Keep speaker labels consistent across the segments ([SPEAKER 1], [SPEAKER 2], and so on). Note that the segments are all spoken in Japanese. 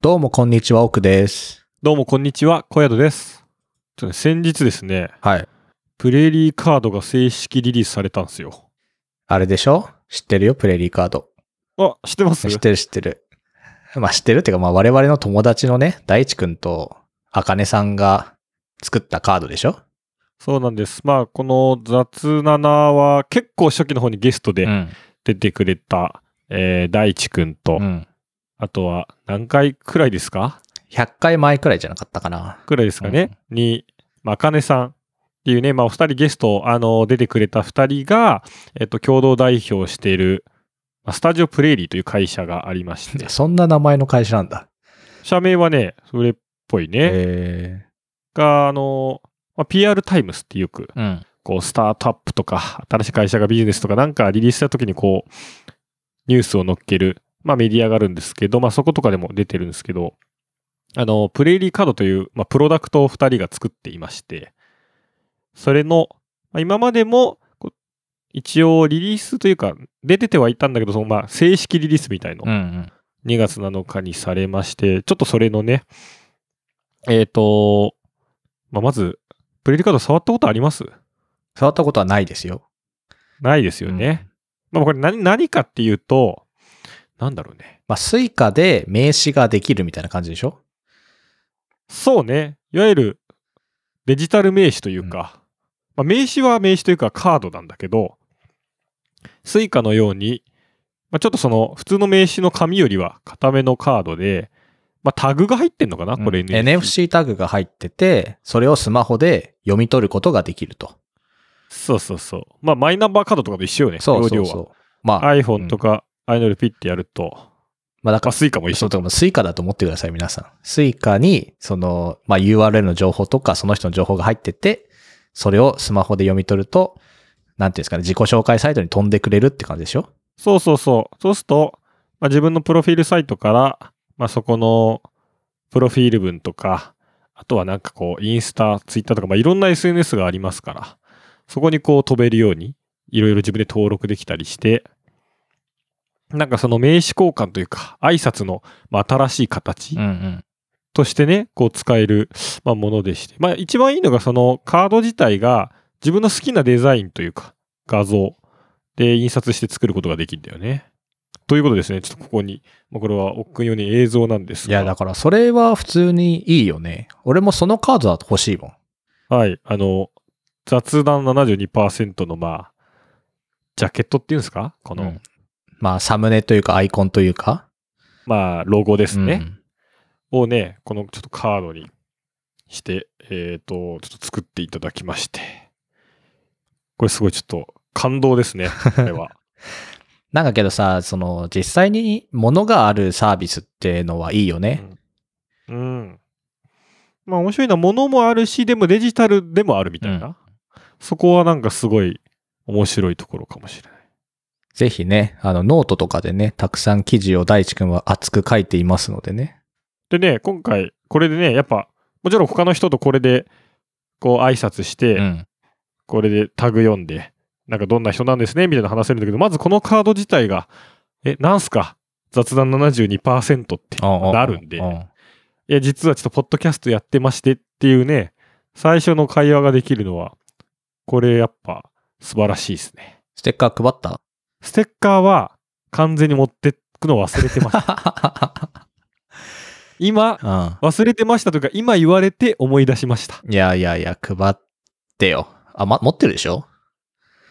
[SPEAKER 1] どうもこんにちは、奥です。
[SPEAKER 2] どうもこんにちは、小宿です。ちょっとね先日ですね、
[SPEAKER 1] はい。
[SPEAKER 2] プレリーカードが正式リリースされたんですよ。
[SPEAKER 1] あれでしょ知ってるよ、プレリーカード。
[SPEAKER 2] あ、知ってます
[SPEAKER 1] 知ってる知ってる。まあ知ってるっていうか、まあ我々の友達のね、大地くんと、あかねさんが作ったカードでしょ
[SPEAKER 2] そうなんです。まあ、この雑ナナは結構初期の方にゲスト
[SPEAKER 1] う
[SPEAKER 2] で
[SPEAKER 1] ん。
[SPEAKER 2] 出てくれた、えー大地くんと、
[SPEAKER 1] うん。
[SPEAKER 2] あとは何回くらいですか
[SPEAKER 1] 100回前くらいじゃなかったかな。
[SPEAKER 2] くらいですかね、に、まあ、あかねさんっていうね、まあ、お二人ゲスト、あの、出てくれた二人が、えっと、共同代表している、まあスタジオプレイリーという会社があり まして、
[SPEAKER 1] そんな名前の会社なんだ。
[SPEAKER 2] 社名はね、それっぽいね。
[SPEAKER 1] へ
[SPEAKER 2] が、あの、まあ、PR タイムスってよく、
[SPEAKER 1] え。うん。
[SPEAKER 2] こう、スタートアップとか、新しい会社がビジネスとかなんかリリースした時にこう、ニュースを載っける、まあメディアがあるんですけど、まあそことかでも出てるんですけど、あの、プレイリーカードという、まあ、プロダクトを2人が作っていまして、それの、まあ、今までも、こう一応リリースというか、出ててはいたんだけど、そのまあ正式リリースみたいの
[SPEAKER 1] うんうん。
[SPEAKER 2] 2月7日にされまして、ちょっとそれのね、えっ、と、まあ、まず、プレリカード触ったことあります
[SPEAKER 1] 触ったことはないですよ。
[SPEAKER 2] ないですよね。まあ、これ何何かっていうと、なんだろうね。
[SPEAKER 1] まあ、スイカで名刺ができるみたいな感じでしょ
[SPEAKER 2] そうね。いわゆるデジタル名刺というか、まあ、名刺は名刺というかカードなんだけど、スイカのように、まあ、ちょっとその普通の名刺の紙よりは固めのカードで、まあ、タグが入ってんのかなこれ、
[SPEAKER 1] うん NFC タグが入ってて、それをスマホで読み取ることができると。
[SPEAKER 2] そうそうそう。まあ、マイナンバーカードとかと一緒よね、
[SPEAKER 1] そうそ
[SPEAKER 2] 容
[SPEAKER 1] う
[SPEAKER 2] 量は。
[SPEAKER 1] そう。まあ、
[SPEAKER 2] iPhone とか、アイノルピッてやると、
[SPEAKER 1] まあだ
[SPEAKER 2] ま
[SPEAKER 1] か
[SPEAKER 2] あ、スイカも
[SPEAKER 1] ら、
[SPEAKER 2] 一
[SPEAKER 1] そ
[SPEAKER 2] 緒
[SPEAKER 1] うとかスイカだと思ってください、皆さん。スイカに、その、まあ URL の情報とか、その人の情報が入ってて、それをスマホで読み取ると、なんていうんですかね、自己紹介サイトに飛んでくれるって感じでしょ
[SPEAKER 2] そうそうそう。そうすると、まあ、自分のプロフィールサイトから、まあ、そこのプロフィール文とか、あとはなんかこう、インスタ、ツイッターとか、まあ、いろんな SNS がありますから、そこにこう飛べるように、いろいろ自分で登録できたりして、なんかその名刺交換というか、挨拶の、まあ、新しい形、
[SPEAKER 1] ん
[SPEAKER 2] としてね、こう使える、まあ、ものでして。まあ、一番いいのが、そのカード自体が自分の好きなデザインというか、画像で印刷して作ることができるんだよね。ということですね。ちょっとここに、まあ、これは奥君用に映像なんです
[SPEAKER 1] い
[SPEAKER 2] が。
[SPEAKER 1] や、だからそれは普通にいいよね。俺もそのカードだと欲しいもん。
[SPEAKER 2] はい。あの、雑談72%の、まあ、ジャケットっていうんですかこの、
[SPEAKER 1] うんまあ、サムネというか、アイコンというか。
[SPEAKER 2] まあ、ロゴですね。
[SPEAKER 1] うん
[SPEAKER 2] をね、このちょっとカードにして、えっ、と、ちょっと作っていただきまして。これすごいちょっと感動です ね、これは。
[SPEAKER 1] なんかけどさ、その、実際に物があるサービスってのはいいよね。
[SPEAKER 2] うん。まあ面白いのは物もあるし、でもデジタルでもあるみたいな。
[SPEAKER 1] うん
[SPEAKER 2] そこはなんかすごい面白いところかもしれない。
[SPEAKER 1] ぜひね、あの、ノートとかでね、たくさん記事を大地くんは熱く書いていますのでね。
[SPEAKER 2] でね、今回これでね、やっぱ、もちろん他の人とこれで、こう挨拶して、
[SPEAKER 1] うん。
[SPEAKER 2] これでタグ読んで、なんかどんな人なんですねみたいな話せるんだけど、まずこのカード自体が、え、なんすか雑談72%ってなるんで、
[SPEAKER 1] う
[SPEAKER 2] いや、実はちょっとポッドキャストやってましてっていうね、最初の会話ができるのは、これやっぱ素晴らしいですね。
[SPEAKER 1] ステッカー配 った
[SPEAKER 2] ステッカーは完全に持ってくの忘れてま した。今、忘れてましたというか、今言われて思い出しました。
[SPEAKER 1] うん。いやいやいや、配ってよ。あ、ま、持ってるでしょ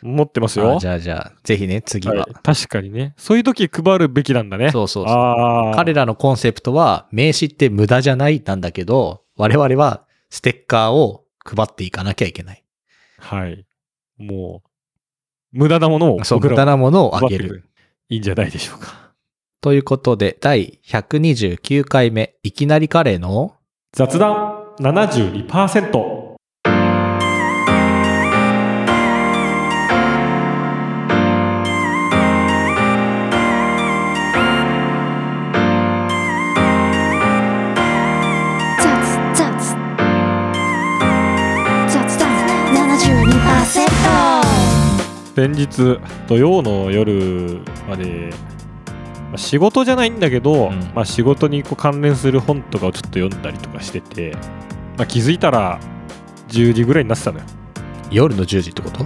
[SPEAKER 2] 持ってます
[SPEAKER 1] あ
[SPEAKER 2] よ
[SPEAKER 1] じ。ゃあじゃあ、ぜひね、次は。
[SPEAKER 2] はい確かにね。そういう時配るべきなんだね。
[SPEAKER 1] そうそうそう。
[SPEAKER 2] ああ。
[SPEAKER 1] 彼らのコンセプトは、名刺って無駄じゃないなんだけど、我々はステッカーを配っていかなきゃいけない。
[SPEAKER 2] はい。もう、無駄なものを
[SPEAKER 1] そう、
[SPEAKER 2] 僕
[SPEAKER 1] 無
[SPEAKER 2] ら
[SPEAKER 1] 駄な
[SPEAKER 2] は
[SPEAKER 1] ものをあ
[SPEAKER 2] 配
[SPEAKER 1] げ
[SPEAKER 2] ってく
[SPEAKER 1] る
[SPEAKER 2] れ。いいんじゃないでしょうか。
[SPEAKER 1] ということで、第129回目、いきなりカレーの
[SPEAKER 2] 雑談72%。
[SPEAKER 3] 雑雑雑談72%
[SPEAKER 2] 先日、土曜の夜まで、まあ、仕事じゃないんだけど、
[SPEAKER 1] うん
[SPEAKER 2] まあ、仕事にこう関連する本とかをちょっと読んだりとかしてて、まあ、気づいたら10時ぐらいになってたのよ。
[SPEAKER 1] 夜の10時ってこと
[SPEAKER 2] い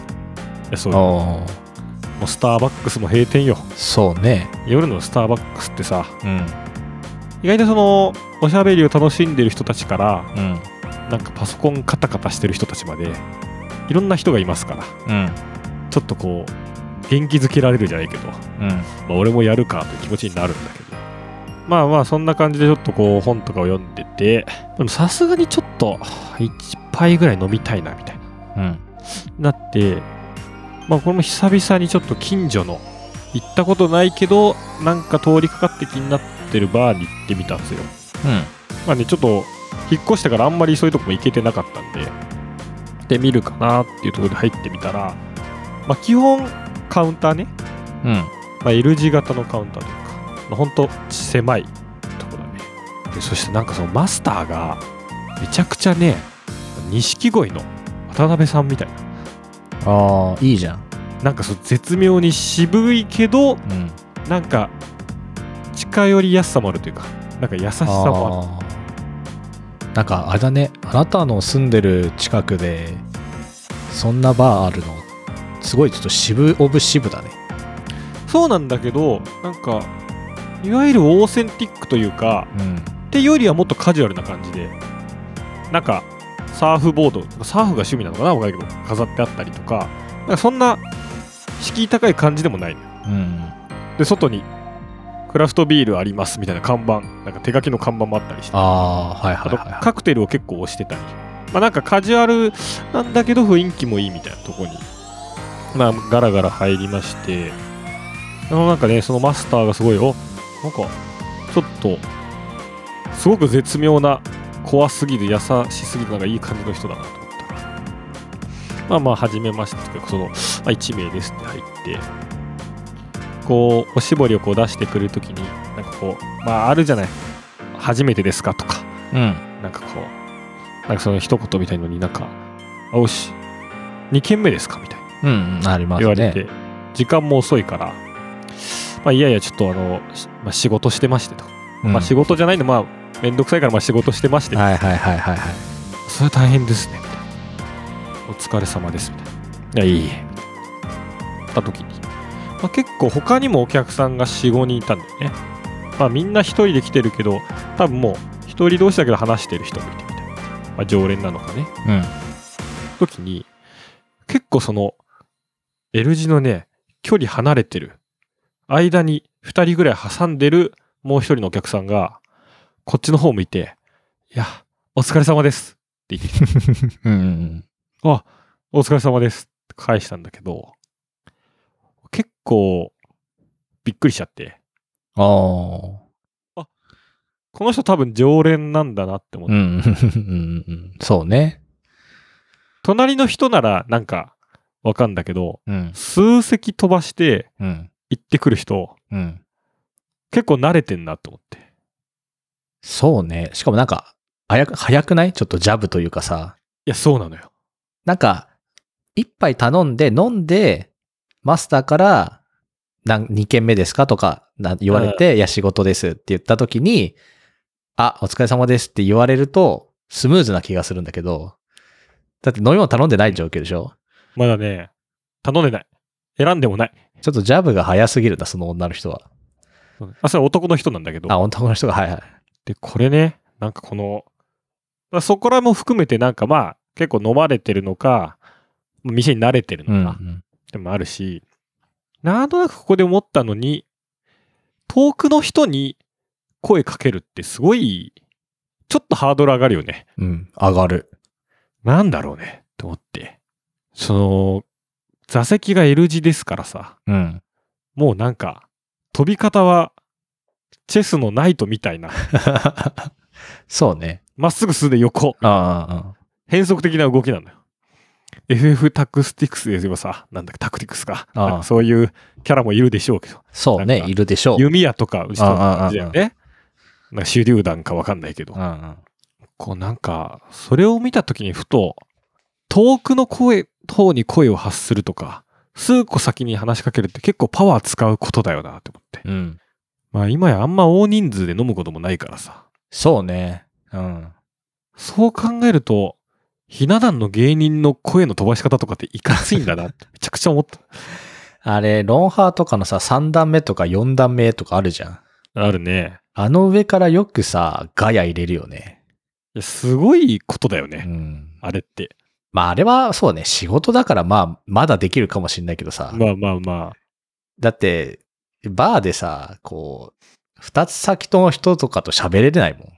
[SPEAKER 2] やそうも
[SPEAKER 1] あ
[SPEAKER 2] うスターバックスも閉店よ。
[SPEAKER 1] あ、そうね。
[SPEAKER 2] 夜のスターバックスってさ、
[SPEAKER 1] うん。
[SPEAKER 2] 意外とそのおしゃべりを楽しんでる人たちから、
[SPEAKER 1] うん。
[SPEAKER 2] なんかパソコンカタカタしてる人たちまで、いろんな人がいますから、
[SPEAKER 1] うん。
[SPEAKER 2] ちょっとこう、元気づけられるじゃないけど、ま
[SPEAKER 1] うん。
[SPEAKER 2] あ、俺もやるかという気持ちになるんだけど。まあまあ、そんな感じでちょっとこう、本とかを読んでて、でもさすがにちょっと、1杯ぐらい飲みたいな、みたいな。
[SPEAKER 1] うん。
[SPEAKER 2] なって、まあこれも久々にちょっと近所の、行ったことないけど、なんか通りかかって気になってるバーに行ってみたんですよ。まあね、ちょっと、引っ越してからあんまりそういうとこも行けてなかったんで、行ってみるかなっていうところで入ってみたら、まあ基本、カウンターね、
[SPEAKER 1] うん。うん。
[SPEAKER 2] まあ、L 字型のカウンターというか、まあ、ほんと狭いとこだね。で、そしてなんかそのマスターが、めちゃくちゃね、錦鯉の渡辺さんみたいな、
[SPEAKER 1] ああ、いいじゃん。
[SPEAKER 2] なんかそう絶妙に渋いけど、
[SPEAKER 1] うん。
[SPEAKER 2] なんか、近寄りやすさもあるというか、なんか優しさもある。
[SPEAKER 1] あーなんかあれだねあなたの住んでる近くでそんなバーあるのすごいちょっと渋オブ渋だね
[SPEAKER 2] そうなんだけどなんかいわゆるオーセンティックというか
[SPEAKER 1] うん
[SPEAKER 2] ってよりはもっとカジュアルな感じでなんかサーフボードサーフが趣味なのかなわかるけど飾ってあったりとかなんかそんな敷居高い感じでもないのよ
[SPEAKER 1] うん
[SPEAKER 2] で外にクラフトビールありますみたいな看板なんか手書きの看板もあったりして
[SPEAKER 1] ああーはい
[SPEAKER 2] あ
[SPEAKER 1] はい
[SPEAKER 2] と
[SPEAKER 1] はいは
[SPEAKER 2] カクテルを結構押してたり、まあ、なんかカジュアルなんだけど雰囲気もいいみたいなとこに、まあ、ガラガラ入りましてあのなんかねそのマスターがすごいおなんかちょっとすごく絶妙な怖すぎる優しすぎるなんかいい感じの人だなと思ったらまあまあ初めましてというかその、まあ、1名ですって入ってこうおしぼりをこう出してくるときになんかこうまああるじゃない初めてですかとか
[SPEAKER 1] いうん
[SPEAKER 2] なんかこう、なんかその一言みたいのになんか、あ、おし、2軒目ですかみたい
[SPEAKER 1] う
[SPEAKER 2] な
[SPEAKER 1] んうんありますね
[SPEAKER 2] 言われて、時間も遅いから、まあ、いやいや、ちょっとあの、しまあ、仕事してましてと。
[SPEAKER 1] うん
[SPEAKER 2] まあ、仕事じゃないんで、まあ、めんどくさいから、まあ、仕事してまして、
[SPEAKER 1] はいはいはいはいはい
[SPEAKER 2] それは大変ですね、みたいな。お疲れ様です、みたいな。いや、いいえ、みたいな。た時に、まあ、結構他にもお客さんが4、5人いたんだよね。まあ、みんな一人で来てるけど、多分もう、一人同士だけど話してる人もいてみたいな。まあ、常連なのかね。
[SPEAKER 1] うん
[SPEAKER 2] 時に、結構その、L 字のね、距離離れてる、間に2人ぐらい挟んでるもう一人のお客さんが、こっちの方向いて、いや、お疲れ様ですって言ってきて、
[SPEAKER 1] うんうん
[SPEAKER 2] あ、お疲れ様ですって返したんだけど、結構、びっくりしちゃって、
[SPEAKER 1] ああ
[SPEAKER 2] この人多分常連なんだなって思っ
[SPEAKER 1] う
[SPEAKER 2] て、
[SPEAKER 1] んうんうんうんそうね
[SPEAKER 2] 隣の人ならなんかわかんだけど、
[SPEAKER 1] うん
[SPEAKER 2] 数席飛ばして
[SPEAKER 1] うん
[SPEAKER 2] 行ってくる人、
[SPEAKER 1] うん
[SPEAKER 2] 結構慣れてんなと思って。
[SPEAKER 1] そうねしかもなんか早く早くないちょっとジャブというかさ
[SPEAKER 2] いや、そうなのよ。
[SPEAKER 1] なんか、一杯頼んで、飲んで、マスターから、なん2軒目ですかとかな言われて、いや、仕事ですって言った時に、あ、お疲れ様ですって言われると、スムーズな気がするんだけど、だって飲み物頼んでない状況でしょ
[SPEAKER 2] まだね、頼んでない。選んでもない。
[SPEAKER 1] ちょっとジャブが早すぎるな、その女の人は。
[SPEAKER 2] あ、それは男の人なんだけど。
[SPEAKER 1] あ、男の人が、はいはい。
[SPEAKER 2] で、これね、なんかこの、まあ、そこらも含めてなんかまあ、結構飲まれてるのか、店に慣れてる
[SPEAKER 1] う
[SPEAKER 2] の
[SPEAKER 1] ん、う
[SPEAKER 2] か、
[SPEAKER 1] ん。
[SPEAKER 2] でもあるし、なんとなくここで思ったのに、遠くの人に声かけるってすごい、ちょっとハードル上がるよね。
[SPEAKER 1] うん、上がる。
[SPEAKER 2] なんだろうね、と思って。その、座席が L 字ですからさ。
[SPEAKER 1] うん。
[SPEAKER 2] もうなんか、飛び方は、チェスのナイトみたいな、
[SPEAKER 1] そうね。
[SPEAKER 2] まっすぐ素で横、
[SPEAKER 1] あ
[SPEAKER 2] 変則的な動きなんだよ。FF タクスティクスで言えばさ、なんだっけ、タクティクスか。
[SPEAKER 1] ああ
[SPEAKER 2] なんかそういうキャラもいるでしょうけど
[SPEAKER 1] あ、、そうね
[SPEAKER 2] な、んか
[SPEAKER 1] いるでしょう。
[SPEAKER 2] 弓矢とか、うちとかだよ
[SPEAKER 1] あ
[SPEAKER 2] ね。なんか手榴弾かわかんないけど
[SPEAKER 1] うん、う。ん。
[SPEAKER 2] こうなんか、それを見たときにふと、遠くの声、方に声を発するとか、数個先に話しかけるって結構パワー使うことだよなって思って。
[SPEAKER 1] うん。
[SPEAKER 2] まあ今やあんま大人数で飲むこともないからさ。
[SPEAKER 1] そうね。うん。
[SPEAKER 2] そう考えると、ひな壇の芸人の声の飛ばし方とかっていかつい んだなってめちゃくちゃ思った。
[SPEAKER 1] あれ、ロンハーとかのさ、3段目とか4段目とかあるじゃん。
[SPEAKER 2] あるね。
[SPEAKER 1] あの上からよくさ、ガヤ入れるよ ね。
[SPEAKER 2] いやすごいことだよ
[SPEAKER 1] う
[SPEAKER 2] ね。
[SPEAKER 1] ん。
[SPEAKER 2] あれって。
[SPEAKER 1] まああれはそうね、仕事だからまあ、まだできるかもしんないけどさ。
[SPEAKER 2] まあまあま
[SPEAKER 1] だって、バーでさ、こう、二つ先との人とかと喋れないもん。だか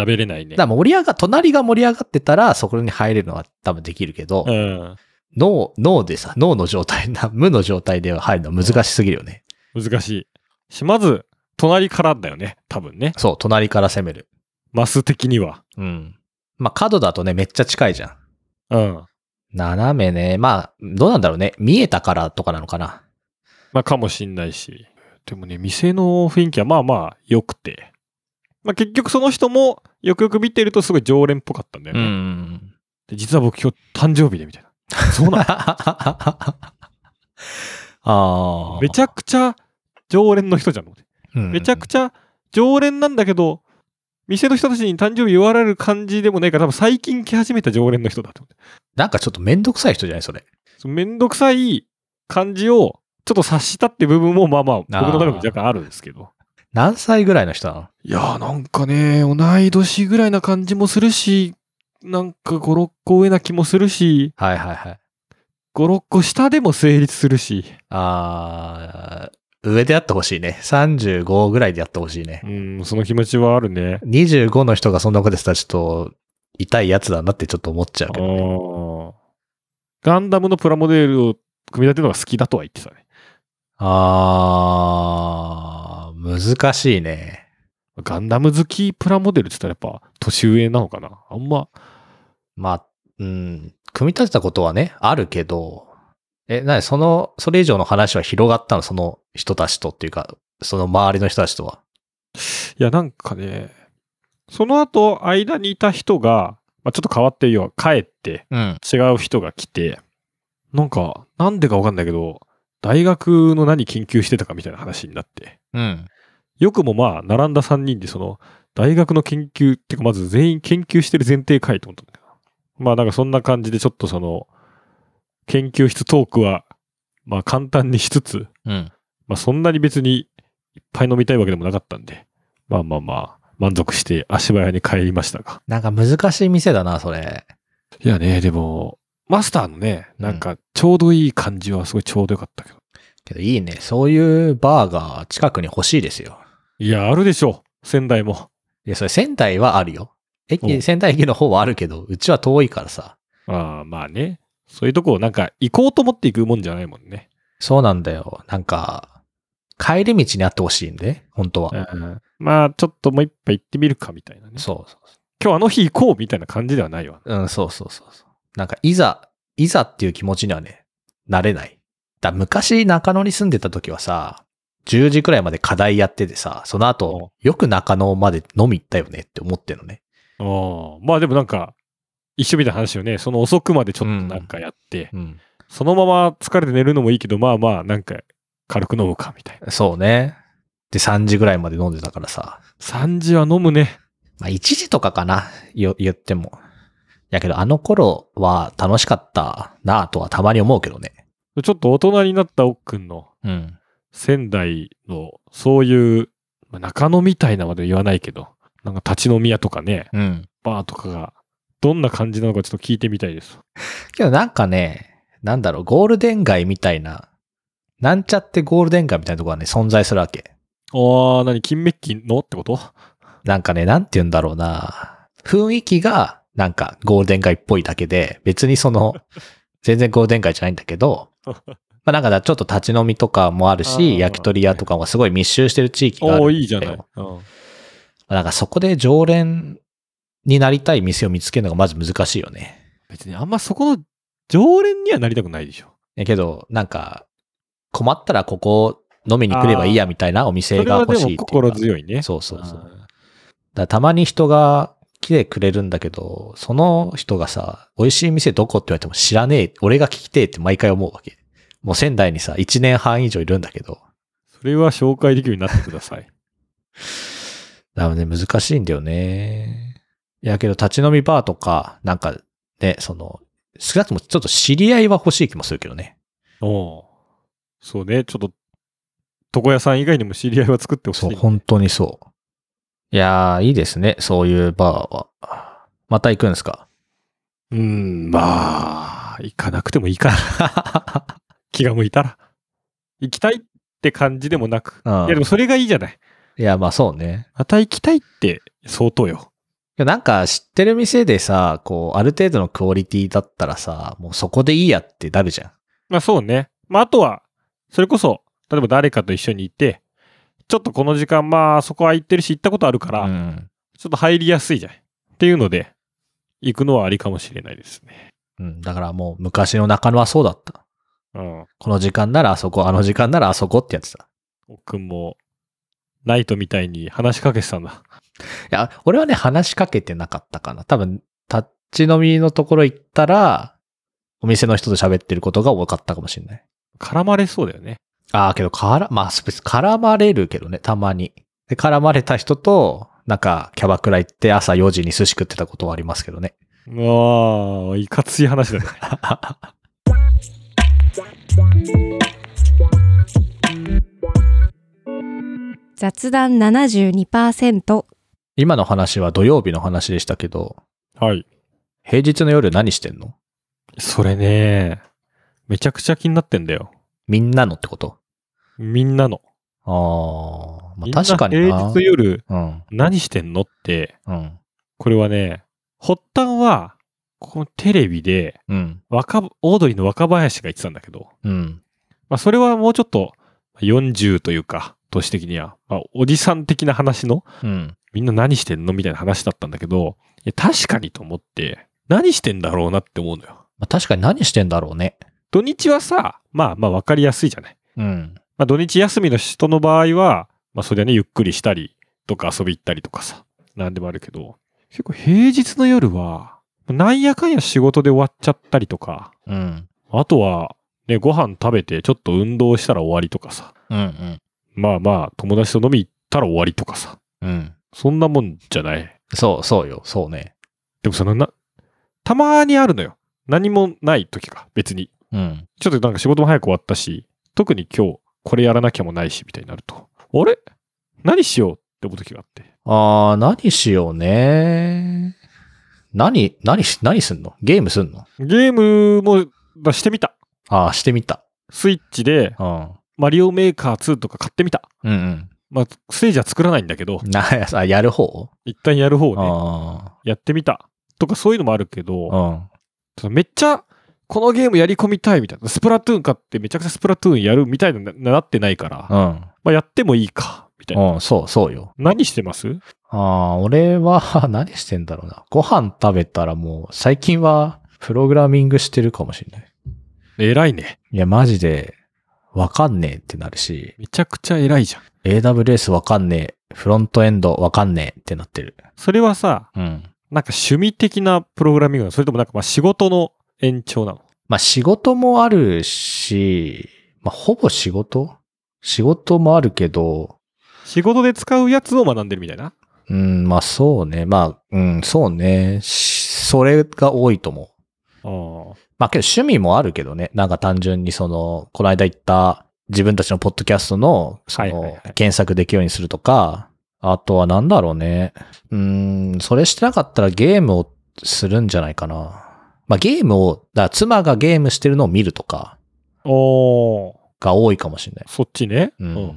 [SPEAKER 2] あ、喋れないね。
[SPEAKER 1] ら盛り上が、隣が盛り上がってたら、そこに入れるのは多分できるけど、
[SPEAKER 2] うん。
[SPEAKER 1] 脳、脳でさ、脳の状態 な、無の状態では入るのは難しすぎるよね。
[SPEAKER 2] 難しい。し、まず、隣からだよね。多分ね。
[SPEAKER 1] そう、隣から攻める。
[SPEAKER 2] マス的には。
[SPEAKER 1] うん。まあ、角だとね、めっちゃ近いじゃん。
[SPEAKER 2] うん。
[SPEAKER 1] 斜めね。まあ、どうなんだろうね。見えたからとかなのかな。
[SPEAKER 2] まあかもしんないし。でもね、店の雰囲気はまあまあ良くて。まあ結局その人もよくよく見てるとすごい常連っぽかったんだよ
[SPEAKER 1] う
[SPEAKER 2] ね。
[SPEAKER 1] ん。
[SPEAKER 2] で実は僕今日誕生日でみたいな。そう なの
[SPEAKER 1] ああー。
[SPEAKER 2] めちゃくちゃ常連の人じゃん。
[SPEAKER 1] め
[SPEAKER 2] めちゃくちゃ常連なんだけど、店の人たちに誕生日言われる感じでもないから、多分最近来始めた常連の人だと思って。
[SPEAKER 1] なんかちょっとめんどくさい人じゃないそれ。
[SPEAKER 2] そのめんどくさい感じをちょっと察したって部分もまあまあ僕の中でも若干あるんですけど。
[SPEAKER 1] 何歳ぐらいの人なの
[SPEAKER 2] いやーなんかね、同い年ぐらいな感じもするし、なんか5、6個上な気もするし、
[SPEAKER 1] はいはいはい。
[SPEAKER 2] 5、6個下でも成立するし。
[SPEAKER 1] あー上でやってほしいね。35ぐらいでやってほしいね
[SPEAKER 2] う。ん、その気持ちはあるね。
[SPEAKER 1] 25の人がそんなことでしたらちょっと痛いやつだなってちょっと思っちゃうけどね。
[SPEAKER 2] あーガンダムのプラモデルを組み立てるのが好きだとは言ってたね。
[SPEAKER 1] あー難しいね。
[SPEAKER 2] ガンダム好きプラモデルって言ったらやっぱ年上なのかなあんま、
[SPEAKER 1] まあ、うん、組み立てたことはね、あるけど、え、なに、その、それ以上の話は広がったのその人たちとっていうか、その周りの人たちとは。
[SPEAKER 2] いやなんかね、その後間にいた人が、まあ、ちょっと変わって要は帰って
[SPEAKER 1] うん。
[SPEAKER 2] 違う人が来て、なんかなんでかわかんないけど、大学の何研究してたかみたいな話になって、
[SPEAKER 1] うん。
[SPEAKER 2] よくもまあ並んだ3人でその大学の研究っていうかまず全員研究してる前提かいと思ったんだけど。まあなんかそんな感じでちょっとその研究室トークはまあ簡単にしつつ、
[SPEAKER 1] うん。
[SPEAKER 2] まあそんなに別にいっぱい飲みたいわけでもなかったんで、まあまあまあ、満足して足早に帰りましたが。
[SPEAKER 1] なんか難しい店だな、それ。
[SPEAKER 2] いやね、でも、マスターのね、
[SPEAKER 1] うん
[SPEAKER 2] なんかちょうどいい感じはすごいちょうどよかったけど。
[SPEAKER 1] けどいいね。そういうバーが近くに欲しいですよ。
[SPEAKER 2] いや、あるでしょう、仙台も。
[SPEAKER 1] いや、それ仙台はあるよ。
[SPEAKER 2] お
[SPEAKER 1] 駅、仙台駅の方はあるけど、うちは遠いからさ。
[SPEAKER 2] ああ、まあね。そういうとこをなんか行こうと思って行くもんじゃないもんね。
[SPEAKER 1] そうなんだよ。なんか、帰り道にあってほしいんで、本当は。
[SPEAKER 2] まあ、ちょっともう一杯行ってみるかみたいなね。
[SPEAKER 1] そうそう
[SPEAKER 2] 今日あの日行こうみたいな感じではないわ。
[SPEAKER 1] そう。うん、そうそうそうそう。なんか、いざ、いざっていう気持ちにはね、なれない。だ昔、中野に住んでた時はさ、10時くらいまで課題やっててさ、その後、よく中野まで飲み行ったよねって思ってるのね。
[SPEAKER 2] あまあでもなんか、一緒みたいな話をね、その遅くまでちょっとなんかやって、
[SPEAKER 1] うん。
[SPEAKER 2] そのまま疲れて寝るのもいいけど、まあまあ、なんか軽く飲むかみたいな。
[SPEAKER 1] そうね。で、3時ぐらいまで飲んでたからさ。
[SPEAKER 2] 3時は飲むね。
[SPEAKER 1] まあ、1時とかかな、よ言っても。やけど、あの頃は楽しかったなぁとはたまに思うけどね。
[SPEAKER 2] ちょっと大人になった奥くんの
[SPEAKER 1] うん。
[SPEAKER 2] 仙台のそういう、まあ中野みたいなまで言わないけど、なんか立ち飲み屋とかね、
[SPEAKER 1] うん。
[SPEAKER 2] バーとかが、どんな感じなのかちょっと聞いてみたいです。
[SPEAKER 1] けどなんかね、なんだろう、ゴールデン街みたいな、なんちゃってゴールデン街みたいなとこがね、存在するわけ。
[SPEAKER 2] あー、何、金メッキのってこと
[SPEAKER 1] なんかね、なんて言うんだろうな雰囲気が、なんかゴールデン街っぽいだけで、別にそ の、全然ゴールデン街じゃないんだけど、まあなんかちょっと立ち飲みとかもある
[SPEAKER 2] あー
[SPEAKER 1] し、焼き鳥屋とかもすごい密集してる地域がある。
[SPEAKER 2] おおーいいじゃない。
[SPEAKER 1] なんかそこで常連になりたい店を見つけるのがまず難しいよね。
[SPEAKER 2] 別にあんまそこの常連にはなりたくないでしょ。
[SPEAKER 1] やけど、なんか、困ったらここ飲みに来ればいいやみたいなお
[SPEAKER 2] そ
[SPEAKER 1] 店
[SPEAKER 2] れ
[SPEAKER 1] が
[SPEAKER 2] は
[SPEAKER 1] 欲
[SPEAKER 2] で
[SPEAKER 1] しいって
[SPEAKER 2] も
[SPEAKER 1] いうか。
[SPEAKER 2] 心強いね。
[SPEAKER 1] そうそうそう。だか
[SPEAKER 2] あ
[SPEAKER 1] らたまに人が来てくれるんだけど、その人がさ、美味しい店どこって言われても知らねえ、俺が聞きてえって毎回思うわけ。もう仙台にさ、1年半以上いるんだけど、
[SPEAKER 2] ーそれは紹介できるようになってください。
[SPEAKER 1] だからね、難しいんだよね。いやけど、立ち飲みバーとか、なんかね、その、少なくともちょっと知り合いは欲しい気もするけどね。
[SPEAKER 2] おうそうね、ちょっと、床屋さん以外にも知り合いは作ってほし
[SPEAKER 1] そう、
[SPEAKER 2] い。
[SPEAKER 1] 本当にそう。いやー、いいですね。そういうバーは。また行くんですか
[SPEAKER 2] うん、まあ、行かなくてもいいかな。気が向いたら。行きたいって感じでもなく。
[SPEAKER 1] うん
[SPEAKER 2] いや、でもそれがいいじゃない。
[SPEAKER 1] いや、まあそうね。
[SPEAKER 2] また行きたいって相当よ。
[SPEAKER 1] いやなんか知ってる店でさ、こう、ある程度のクオリティだったらさ、もうそこでいいやってなるじゃん。
[SPEAKER 2] まあそうね。まああとは、それこそ、例えば誰かと一緒にいて、ちょっとこの時間、まあそこ空いてるし行ったことあるから、
[SPEAKER 1] うん。
[SPEAKER 2] ちょっと入りやすいじゃん。っていうので、行くのはありかもしれないですね。
[SPEAKER 1] うん。だからもう昔の中野はそうだった。
[SPEAKER 2] うん。
[SPEAKER 1] この時間ならあそこ、あの時間ならあそこってやつだ。
[SPEAKER 2] 奥も、ナイトみたいに話しかけてたんだ。
[SPEAKER 1] いや、俺はね、話しかけてなかったかな。多分、立ち飲みのところ行ったら、お店の人と喋ってることが多かったかもしれない。
[SPEAKER 2] 絡まれそうだよね。
[SPEAKER 1] ああ、けど、から、まあ、別に絡まれるけどね、たまに。で、絡まれた人と、なんか、キャバクラ行って朝4時に寿司食ってたことはありますけどね。
[SPEAKER 2] うわあ、いかつい話だ ね。
[SPEAKER 4] 雑談72%
[SPEAKER 1] 今の話は土曜日の話でしたけど、
[SPEAKER 2] はい。
[SPEAKER 1] 平日の夜何してんの
[SPEAKER 2] それね、めちゃくちゃ気になってんだよ。
[SPEAKER 1] みんなのってこと
[SPEAKER 2] みんなの。
[SPEAKER 1] ああ、ま
[SPEAKER 2] みん
[SPEAKER 1] あ、
[SPEAKER 2] な
[SPEAKER 1] 確かに
[SPEAKER 2] 平
[SPEAKER 1] な。
[SPEAKER 2] 日夜
[SPEAKER 1] うん、
[SPEAKER 2] 何してんのって、
[SPEAKER 1] うん、
[SPEAKER 2] これはね、発端は、このテレビで、
[SPEAKER 1] うん、
[SPEAKER 2] 若、オードリーの若林が言ってたんだけど、
[SPEAKER 1] うん、
[SPEAKER 2] まあそれはもうちょっと、40というか、年的には、まあおじさん的な話の、
[SPEAKER 1] うん、
[SPEAKER 2] みんな何してんのみたいな話だったんだけど、いや確かにと思って、何してんだろうなって思うのよ。
[SPEAKER 1] まあ。確かに何してんだろうね。
[SPEAKER 2] 土日はさ、まあまあ分かりやすいじゃない。
[SPEAKER 1] うん、
[SPEAKER 2] まあ、土日休みの人の場合は、まあ、それはね、ゆっくりしたりとか遊び行ったりとかさ、なんでもあるけど、結構平日の夜は、なんやかんや仕事で終わっちゃったりとか、
[SPEAKER 1] うん、
[SPEAKER 2] あとは、ね、ご飯食べてちょっと運動したら終わりとかさ、
[SPEAKER 1] うん、うん、
[SPEAKER 2] まあまあ、友達と飲み行ったら終わりとかさ、
[SPEAKER 1] うん。
[SPEAKER 2] そんなもんじゃない。
[SPEAKER 1] そう、そうよ、そうね。
[SPEAKER 2] でもそのな、たまにあるのよ。何もない時か、別に。
[SPEAKER 1] うん、
[SPEAKER 2] ちょっとなんか仕事も早く終わったし、特に今日これやらなきゃもないし、みたいになると、あれ何しようって思う時があって。
[SPEAKER 1] ああ、何しようね。何、何し、何すんのゲームすんの
[SPEAKER 2] ゲームも出してみた。
[SPEAKER 1] ああ、してみた。
[SPEAKER 2] スイッチで
[SPEAKER 1] うん。
[SPEAKER 2] マリオメーカー2とか買ってみた。
[SPEAKER 1] うん
[SPEAKER 2] まあ、ステージは作らないんだけど
[SPEAKER 1] う、ん。な、あやる方
[SPEAKER 2] 一旦やる方をね、
[SPEAKER 1] あ
[SPEAKER 2] やってみた。とかそういうのもあるけど、
[SPEAKER 1] あ。うん。
[SPEAKER 2] そのめっちゃ、このゲームやり込みたいみたいな。スプラトゥーン買ってめちゃくちゃスプラトゥーンやるみたいなななってないから、ま
[SPEAKER 1] う
[SPEAKER 2] あ、やってもいいか、みたいな。
[SPEAKER 1] ん。うん、そう、そうよ。
[SPEAKER 2] 何してます
[SPEAKER 1] ああ、俺は 何してんだろうな。ご飯食べたらもう、最近はプログラミングしてるかもしれない。
[SPEAKER 2] 偉いね。
[SPEAKER 1] いや、マジで、わかんねえってなるし、
[SPEAKER 2] めちゃくちゃ偉いじゃん。
[SPEAKER 1] AWS わかんねえ、フロントエンドわかんねえってなってる。
[SPEAKER 2] それはさ、
[SPEAKER 1] うん。
[SPEAKER 2] なんか趣味的なプログラミングなのそれともなんかまあ仕事の延長なの
[SPEAKER 1] まあ仕事もあるし、まあほぼ仕事仕事もあるけど、
[SPEAKER 2] 仕事で使うやつを学んでるみたいな。
[SPEAKER 1] うん、まあそうね。まあ、うん、そうね。しそれが多いと思う。
[SPEAKER 2] ああ。
[SPEAKER 1] まあけど趣味もあるけどね。なんか単純にその、この間言った自分たちのポッドキャストの、そ
[SPEAKER 2] はいはい
[SPEAKER 1] の
[SPEAKER 2] はい、
[SPEAKER 1] 検索できるようにするとか、あとはなんだろうね。うーん、それしてなかったらゲームをするんじゃないかな。まあゲームを、だから妻がゲームしてるのを見るとか
[SPEAKER 2] おー、
[SPEAKER 1] が多いかもしれない。
[SPEAKER 2] そっちね。
[SPEAKER 1] うん
[SPEAKER 2] うんうんうん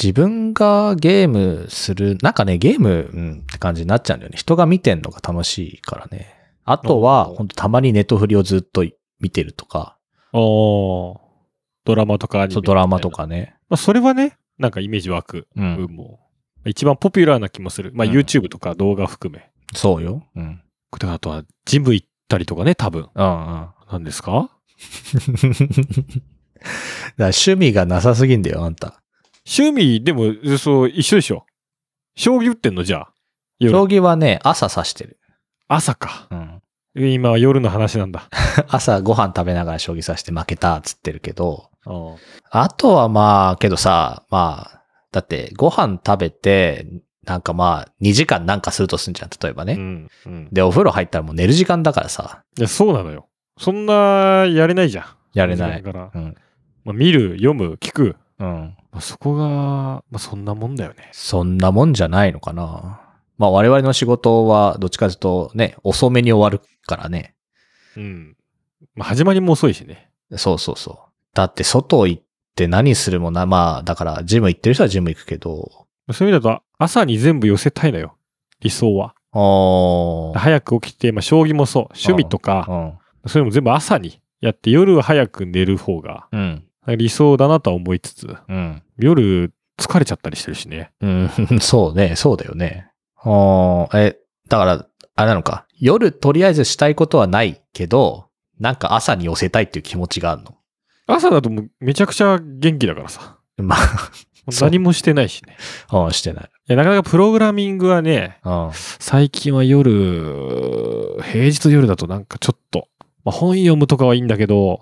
[SPEAKER 1] 自分がゲームする、なんかね、ゲーム、うん、って感じになっちゃうんだよね。人が見てんのが楽しいからね。あとは、
[SPEAKER 2] うん
[SPEAKER 1] ほんとたまにネットフリをずっと見てるとか、
[SPEAKER 2] おードラマとかアニメ。
[SPEAKER 1] そうドラマと。かね。
[SPEAKER 2] まあ、それはね、なんかイメージ湧く。
[SPEAKER 1] う。
[SPEAKER 2] うんん、もう。一番ポピュラーな気もする。まあ、
[SPEAKER 1] うん
[SPEAKER 2] YouTube とか動画含め。
[SPEAKER 1] そうよ。うん。
[SPEAKER 2] だからあとは、ジム行ったりとかね、多分。
[SPEAKER 1] うんうん。
[SPEAKER 2] なんですか
[SPEAKER 1] だから趣味がなさすぎんだよ、あんた。
[SPEAKER 2] 趣味、でも、そう、一緒でしょ。将棋打ってんのじゃあ。
[SPEAKER 1] 将
[SPEAKER 2] 夜。
[SPEAKER 1] 棋はね、朝指してる。
[SPEAKER 2] 朝か。
[SPEAKER 1] うん。
[SPEAKER 2] 今は夜の話なんだ。
[SPEAKER 1] 朝ご飯食べながら将棋指して負けたっつってるけど、
[SPEAKER 2] あ
[SPEAKER 1] あとはまあ、けどさ、まあ、だってご飯食べて、なんかまあ、2時間なんかするとすんじゃん、例えばね。
[SPEAKER 2] うん。うん。
[SPEAKER 1] で、お風呂入ったらもう寝る時間だからさ、
[SPEAKER 2] いや、そうなのよ。そんな、やれないじゃん。
[SPEAKER 1] やれない。
[SPEAKER 2] だから、
[SPEAKER 1] うん。
[SPEAKER 2] まあ、見る、読む、聞く。
[SPEAKER 1] うん。
[SPEAKER 2] まあ、そこが、まあ、そんなもんだよね。
[SPEAKER 1] そんなもんじゃないのかな。まあ、我々の仕事は、どっちかというとね、遅めに終わるからね。
[SPEAKER 2] うん。まあ、始まりも遅いしね。
[SPEAKER 1] そうそうそう。だって、外行って何するもな、まあ、だから、ジム行ってる人はジム行くけど、
[SPEAKER 2] まあそういう意味だと、朝に全部寄せたいのよ。理想は。
[SPEAKER 1] ああ、
[SPEAKER 2] 早く起きて、まあ、将棋もそう。趣味とか
[SPEAKER 1] う、ん。
[SPEAKER 2] それも全部朝にやって、夜は早く寝る方が
[SPEAKER 1] うん。
[SPEAKER 2] 理想だなとは思いつつ、
[SPEAKER 1] うん。
[SPEAKER 2] 夜疲れちゃったりしてるしね。
[SPEAKER 1] うん、 そうね、そうだよね。ああ、え、だから、あれなのか。夜とりあえずしたいことはないけど、なんか朝に寄せたいっていう気持ちがあるの。
[SPEAKER 2] 朝だともうめちゃくちゃ元気だからさ。
[SPEAKER 1] まそう
[SPEAKER 2] 何もしてないしね。
[SPEAKER 1] あ、 うん、してない。
[SPEAKER 2] いや、なかなかプログラミングはね、
[SPEAKER 1] うん。
[SPEAKER 2] 最近は夜、平日の夜だとなんかちょっと、まあ、本読むとかはいいんだけど、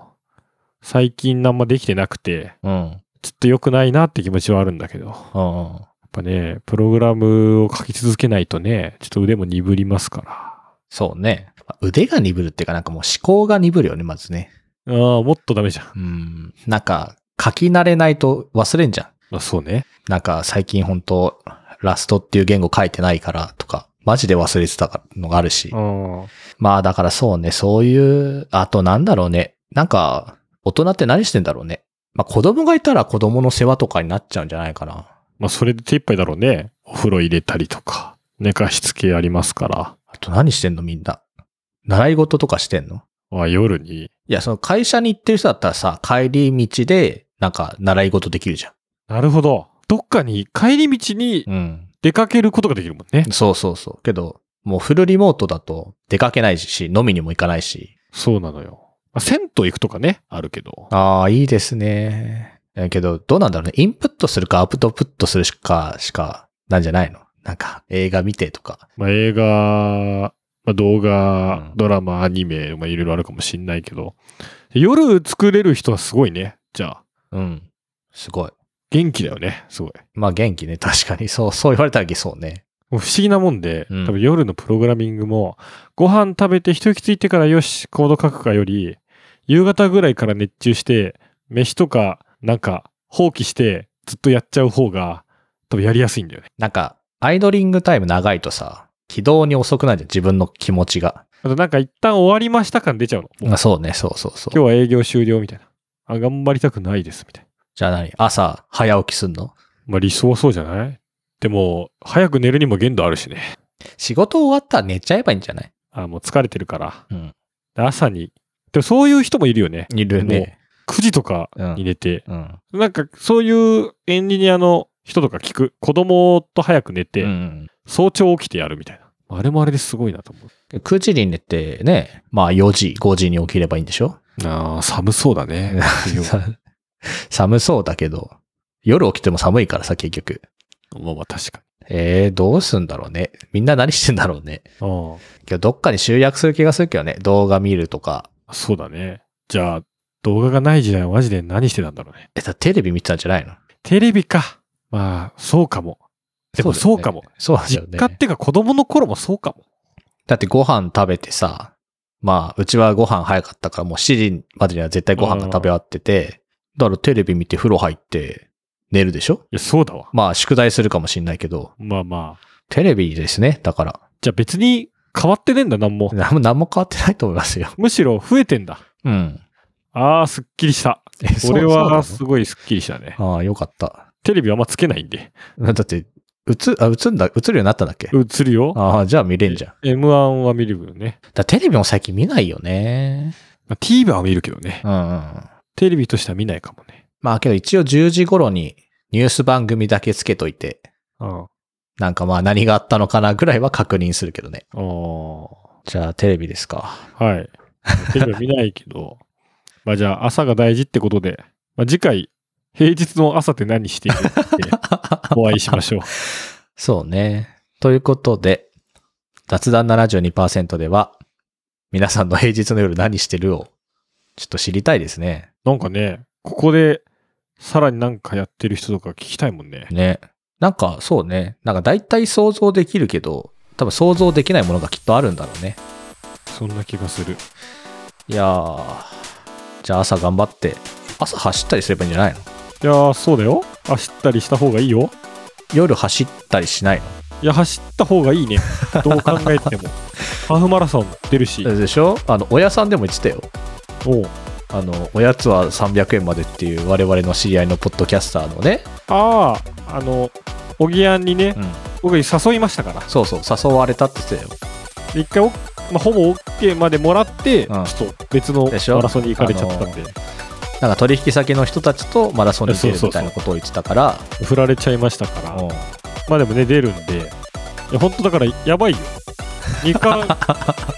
[SPEAKER 2] 最近あんまできてなくて、
[SPEAKER 1] うん。
[SPEAKER 2] ちょっと良くないなって気持ちはあるんだけど、やっ
[SPEAKER 1] うん。
[SPEAKER 2] ぱね、プログラムを書き続けないとね、ちょっと腕も鈍りますから。
[SPEAKER 1] そうね。腕が鈍るっていうか、なんかもう思考が鈍るよね、まずね。
[SPEAKER 2] ああ、もっとダメじゃん。
[SPEAKER 1] うん。なんか、書き慣れないと忘れんじゃん。
[SPEAKER 2] まあそうね。
[SPEAKER 1] なんか最近本当ラストっていう言語書いてないからとか、マジで忘れてたのがあるし。
[SPEAKER 2] うん。
[SPEAKER 1] まあだからそうね、そういう、あとなんだろうね。なんか、大人って何してんだろうね。まあ子供がいたら子供の世話とかになっちゃうんじゃないかな。
[SPEAKER 2] まあそれで手一杯だろうね。お風呂入れたりとか、寝かしつけありますから。
[SPEAKER 1] あと何してんのみんな。習い事とかしてんの
[SPEAKER 2] まあ夜に。
[SPEAKER 1] いや、その会社に行ってる人だったらさ、帰り道で、なんか習い事できるじゃ
[SPEAKER 2] なるほど。どっかに帰り道に
[SPEAKER 1] ん。うん。
[SPEAKER 2] 出かけることができるもんね。
[SPEAKER 1] そうそうそう。けど、もうフルリモートだと出かけないし、飲みにも行かないし。
[SPEAKER 2] そうなのよ。まあ、銭湯行くとかね、あるけど。
[SPEAKER 1] ああ、いいですね。えけど、どうなんだろうね。インプットするかアウトプットするしか、しか、なんじゃないのなんか、映画見てとか。
[SPEAKER 2] まあ映画、まあ、動画、
[SPEAKER 1] うん
[SPEAKER 2] ドラマ、アニメ、まあいろいろあるかもしんないけど。夜作れる人はすごいね。じゃあ、
[SPEAKER 1] うん。すごい。
[SPEAKER 2] 元気だよね。すごい。
[SPEAKER 1] まあ元気ね。確かに。そう、そう言われたらそうね。
[SPEAKER 2] もう不思議なもんで、
[SPEAKER 1] うん
[SPEAKER 2] 多分夜のプログラミングも、ご飯食べて一息ついてからよし、コード書くかより、夕方ぐらいから熱中して、飯とか、なんか、放棄して、ずっとやっちゃう方が、多分やりやすいんだよね。
[SPEAKER 1] なんか、アイドリングタイム長いとさ、軌道に遅くなるじゃん。自分の気持ちが。
[SPEAKER 2] あとなんか一旦終わりました感出ちゃうの。もう
[SPEAKER 1] あそうね。そうそうそう。
[SPEAKER 2] 今日は営業終了みたいな。あ、頑張りたくないです、みたいな。
[SPEAKER 1] じゃあ何朝、早起きすんの
[SPEAKER 2] まあ理想はそうじゃないでも、早く寝るにも限度あるしね。
[SPEAKER 1] 仕事終わったら寝ちゃえばいいんじゃない
[SPEAKER 2] あ、もう疲れてるから。
[SPEAKER 1] うん。
[SPEAKER 2] で朝に。でもそういう人もいるよね。
[SPEAKER 1] いるね。
[SPEAKER 2] 9時とかに寝て、
[SPEAKER 1] うん。
[SPEAKER 2] なんかそういうエンジニアの人とか聞く子供と早く寝て、
[SPEAKER 1] うん、
[SPEAKER 2] 早朝起きてやるみたいなあれもあれですごいなと思う
[SPEAKER 1] 9時に寝てね、まあ4時、5時に起きればいいんでしょ
[SPEAKER 2] あー寒そうだ ね
[SPEAKER 1] さ寒そうだけど、夜起きても寒いからさ、結局。
[SPEAKER 2] まあまあ確か
[SPEAKER 1] えー、どうすんだろうね。みんな何してんだろうね。
[SPEAKER 2] にあ
[SPEAKER 1] けど、どっかに集約する気がするけどね。動画見るとか。
[SPEAKER 2] あそうだねじゃあ動画がない時代はマジで何してたんだろうね
[SPEAKER 1] え、だテレビ見てたんじゃないの
[SPEAKER 2] テレビかまあそうかもでもそうかも、
[SPEAKER 1] そうだよ
[SPEAKER 2] 実
[SPEAKER 1] ね。
[SPEAKER 2] 家ってか子供の頃もそうかも
[SPEAKER 1] だってご飯食べてさ、まあ、うちはご飯早かったから、もう7時までには絶対ご飯が食べ終わってて、だからテレビ見て風呂入って寝るでしょ
[SPEAKER 2] いやそうだわ
[SPEAKER 1] まあ、宿題するかもしんないけど、
[SPEAKER 2] まあまあ
[SPEAKER 1] テレビですね。だから、
[SPEAKER 2] じゃあ別に変わってねえんだ何も
[SPEAKER 1] なんも何も変わってないと思いますよ。
[SPEAKER 2] むしろ増えてんだ
[SPEAKER 1] うん。
[SPEAKER 2] あーすっきりした
[SPEAKER 1] えそう
[SPEAKER 2] 俺
[SPEAKER 1] そうな
[SPEAKER 2] は
[SPEAKER 1] の
[SPEAKER 2] すごいすっきりしたね
[SPEAKER 1] ああ、よかった。
[SPEAKER 2] テレビあんまつけないんで。
[SPEAKER 1] だって、映つ、あ、映んだ、映るようになったんだっけ
[SPEAKER 2] 映るよ。
[SPEAKER 1] ああ、じゃあ見れんじゃん。
[SPEAKER 2] M1 は見るけどね。
[SPEAKER 1] だテレビも最近見ないよね。
[SPEAKER 2] まあ、TVer は見るけどね。
[SPEAKER 1] うんうん。
[SPEAKER 2] テレビとしては見ないかもね。
[SPEAKER 1] まあけど一応10時頃にニュース番組だけつけといて、
[SPEAKER 2] うん。
[SPEAKER 1] なんかまあ何があったのかなぐらいは確認するけどね。
[SPEAKER 2] あ
[SPEAKER 1] じゃあテレビですか。
[SPEAKER 2] あ。はい。テレビは見ないけ ど。まあじゃあ朝が大事ってことで、まあ、次回、平日の朝って何して いるってお会いしましょう。
[SPEAKER 1] そうね。ということで、雑談72%では、皆さんの平日の夜何してるをちょっと知りたいですね。
[SPEAKER 2] なんかね、ここでさらになんかやってる人とか聞きたいもんね。
[SPEAKER 1] ね。なんかそうね。なんか大体想像できるけど、多分想像できないものがきっとあるんだろうね。
[SPEAKER 2] そんな気がする。
[SPEAKER 1] いやー。じゃあ朝頑張って、朝走ったりすればいいんじゃないの
[SPEAKER 2] いやー、そうだよ。走ったりした方がいいよ。
[SPEAKER 1] 夜走ったりしないの
[SPEAKER 2] いや、走った方がいいね。どう考え ても。ハーフマラソン出るし。
[SPEAKER 1] でしょあの、親さんでも言ってたよ。
[SPEAKER 2] おう
[SPEAKER 1] あの、おやつは300円までっていう我々の知り合いのポッドキャスターのね。
[SPEAKER 2] ああ、あの、おぎやんにね、
[SPEAKER 1] うん。
[SPEAKER 2] 僕誘いましたから。
[SPEAKER 1] そうそう、誘われたって言ってたよ。
[SPEAKER 2] で一回お、まあ、ほぼ OK までもらって、
[SPEAKER 1] うん
[SPEAKER 2] ちょっと別のマ
[SPEAKER 1] でしょ
[SPEAKER 2] ラソンに行かれちゃったんで、
[SPEAKER 1] なんか取引先の人たちとマラソンに出るみたいなことを言ってたから、
[SPEAKER 2] 振られちゃいましたから。
[SPEAKER 1] うん
[SPEAKER 2] まあでもね、出るんで、いや、本当だから、やばいよ。2ヶ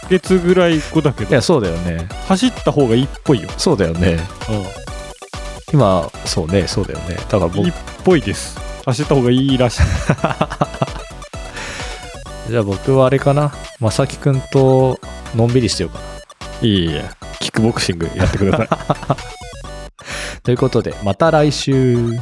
[SPEAKER 2] 月ぐらい後だ け
[SPEAKER 1] い
[SPEAKER 2] ど
[SPEAKER 1] や、、そうだよね。
[SPEAKER 2] 走った方がいいっぽいよ。
[SPEAKER 1] そうだよね。
[SPEAKER 2] う
[SPEAKER 1] 今、そうね、そうだよね。だから
[SPEAKER 2] ん。
[SPEAKER 1] 僕
[SPEAKER 2] いいっ、ぽいです。走った方がいいらしい。
[SPEAKER 1] じゃあ僕はあれかな。まさきくんと、のんびりしてようかな。
[SPEAKER 2] いいえ、キックボクシングやってください。
[SPEAKER 1] ということで、また来週。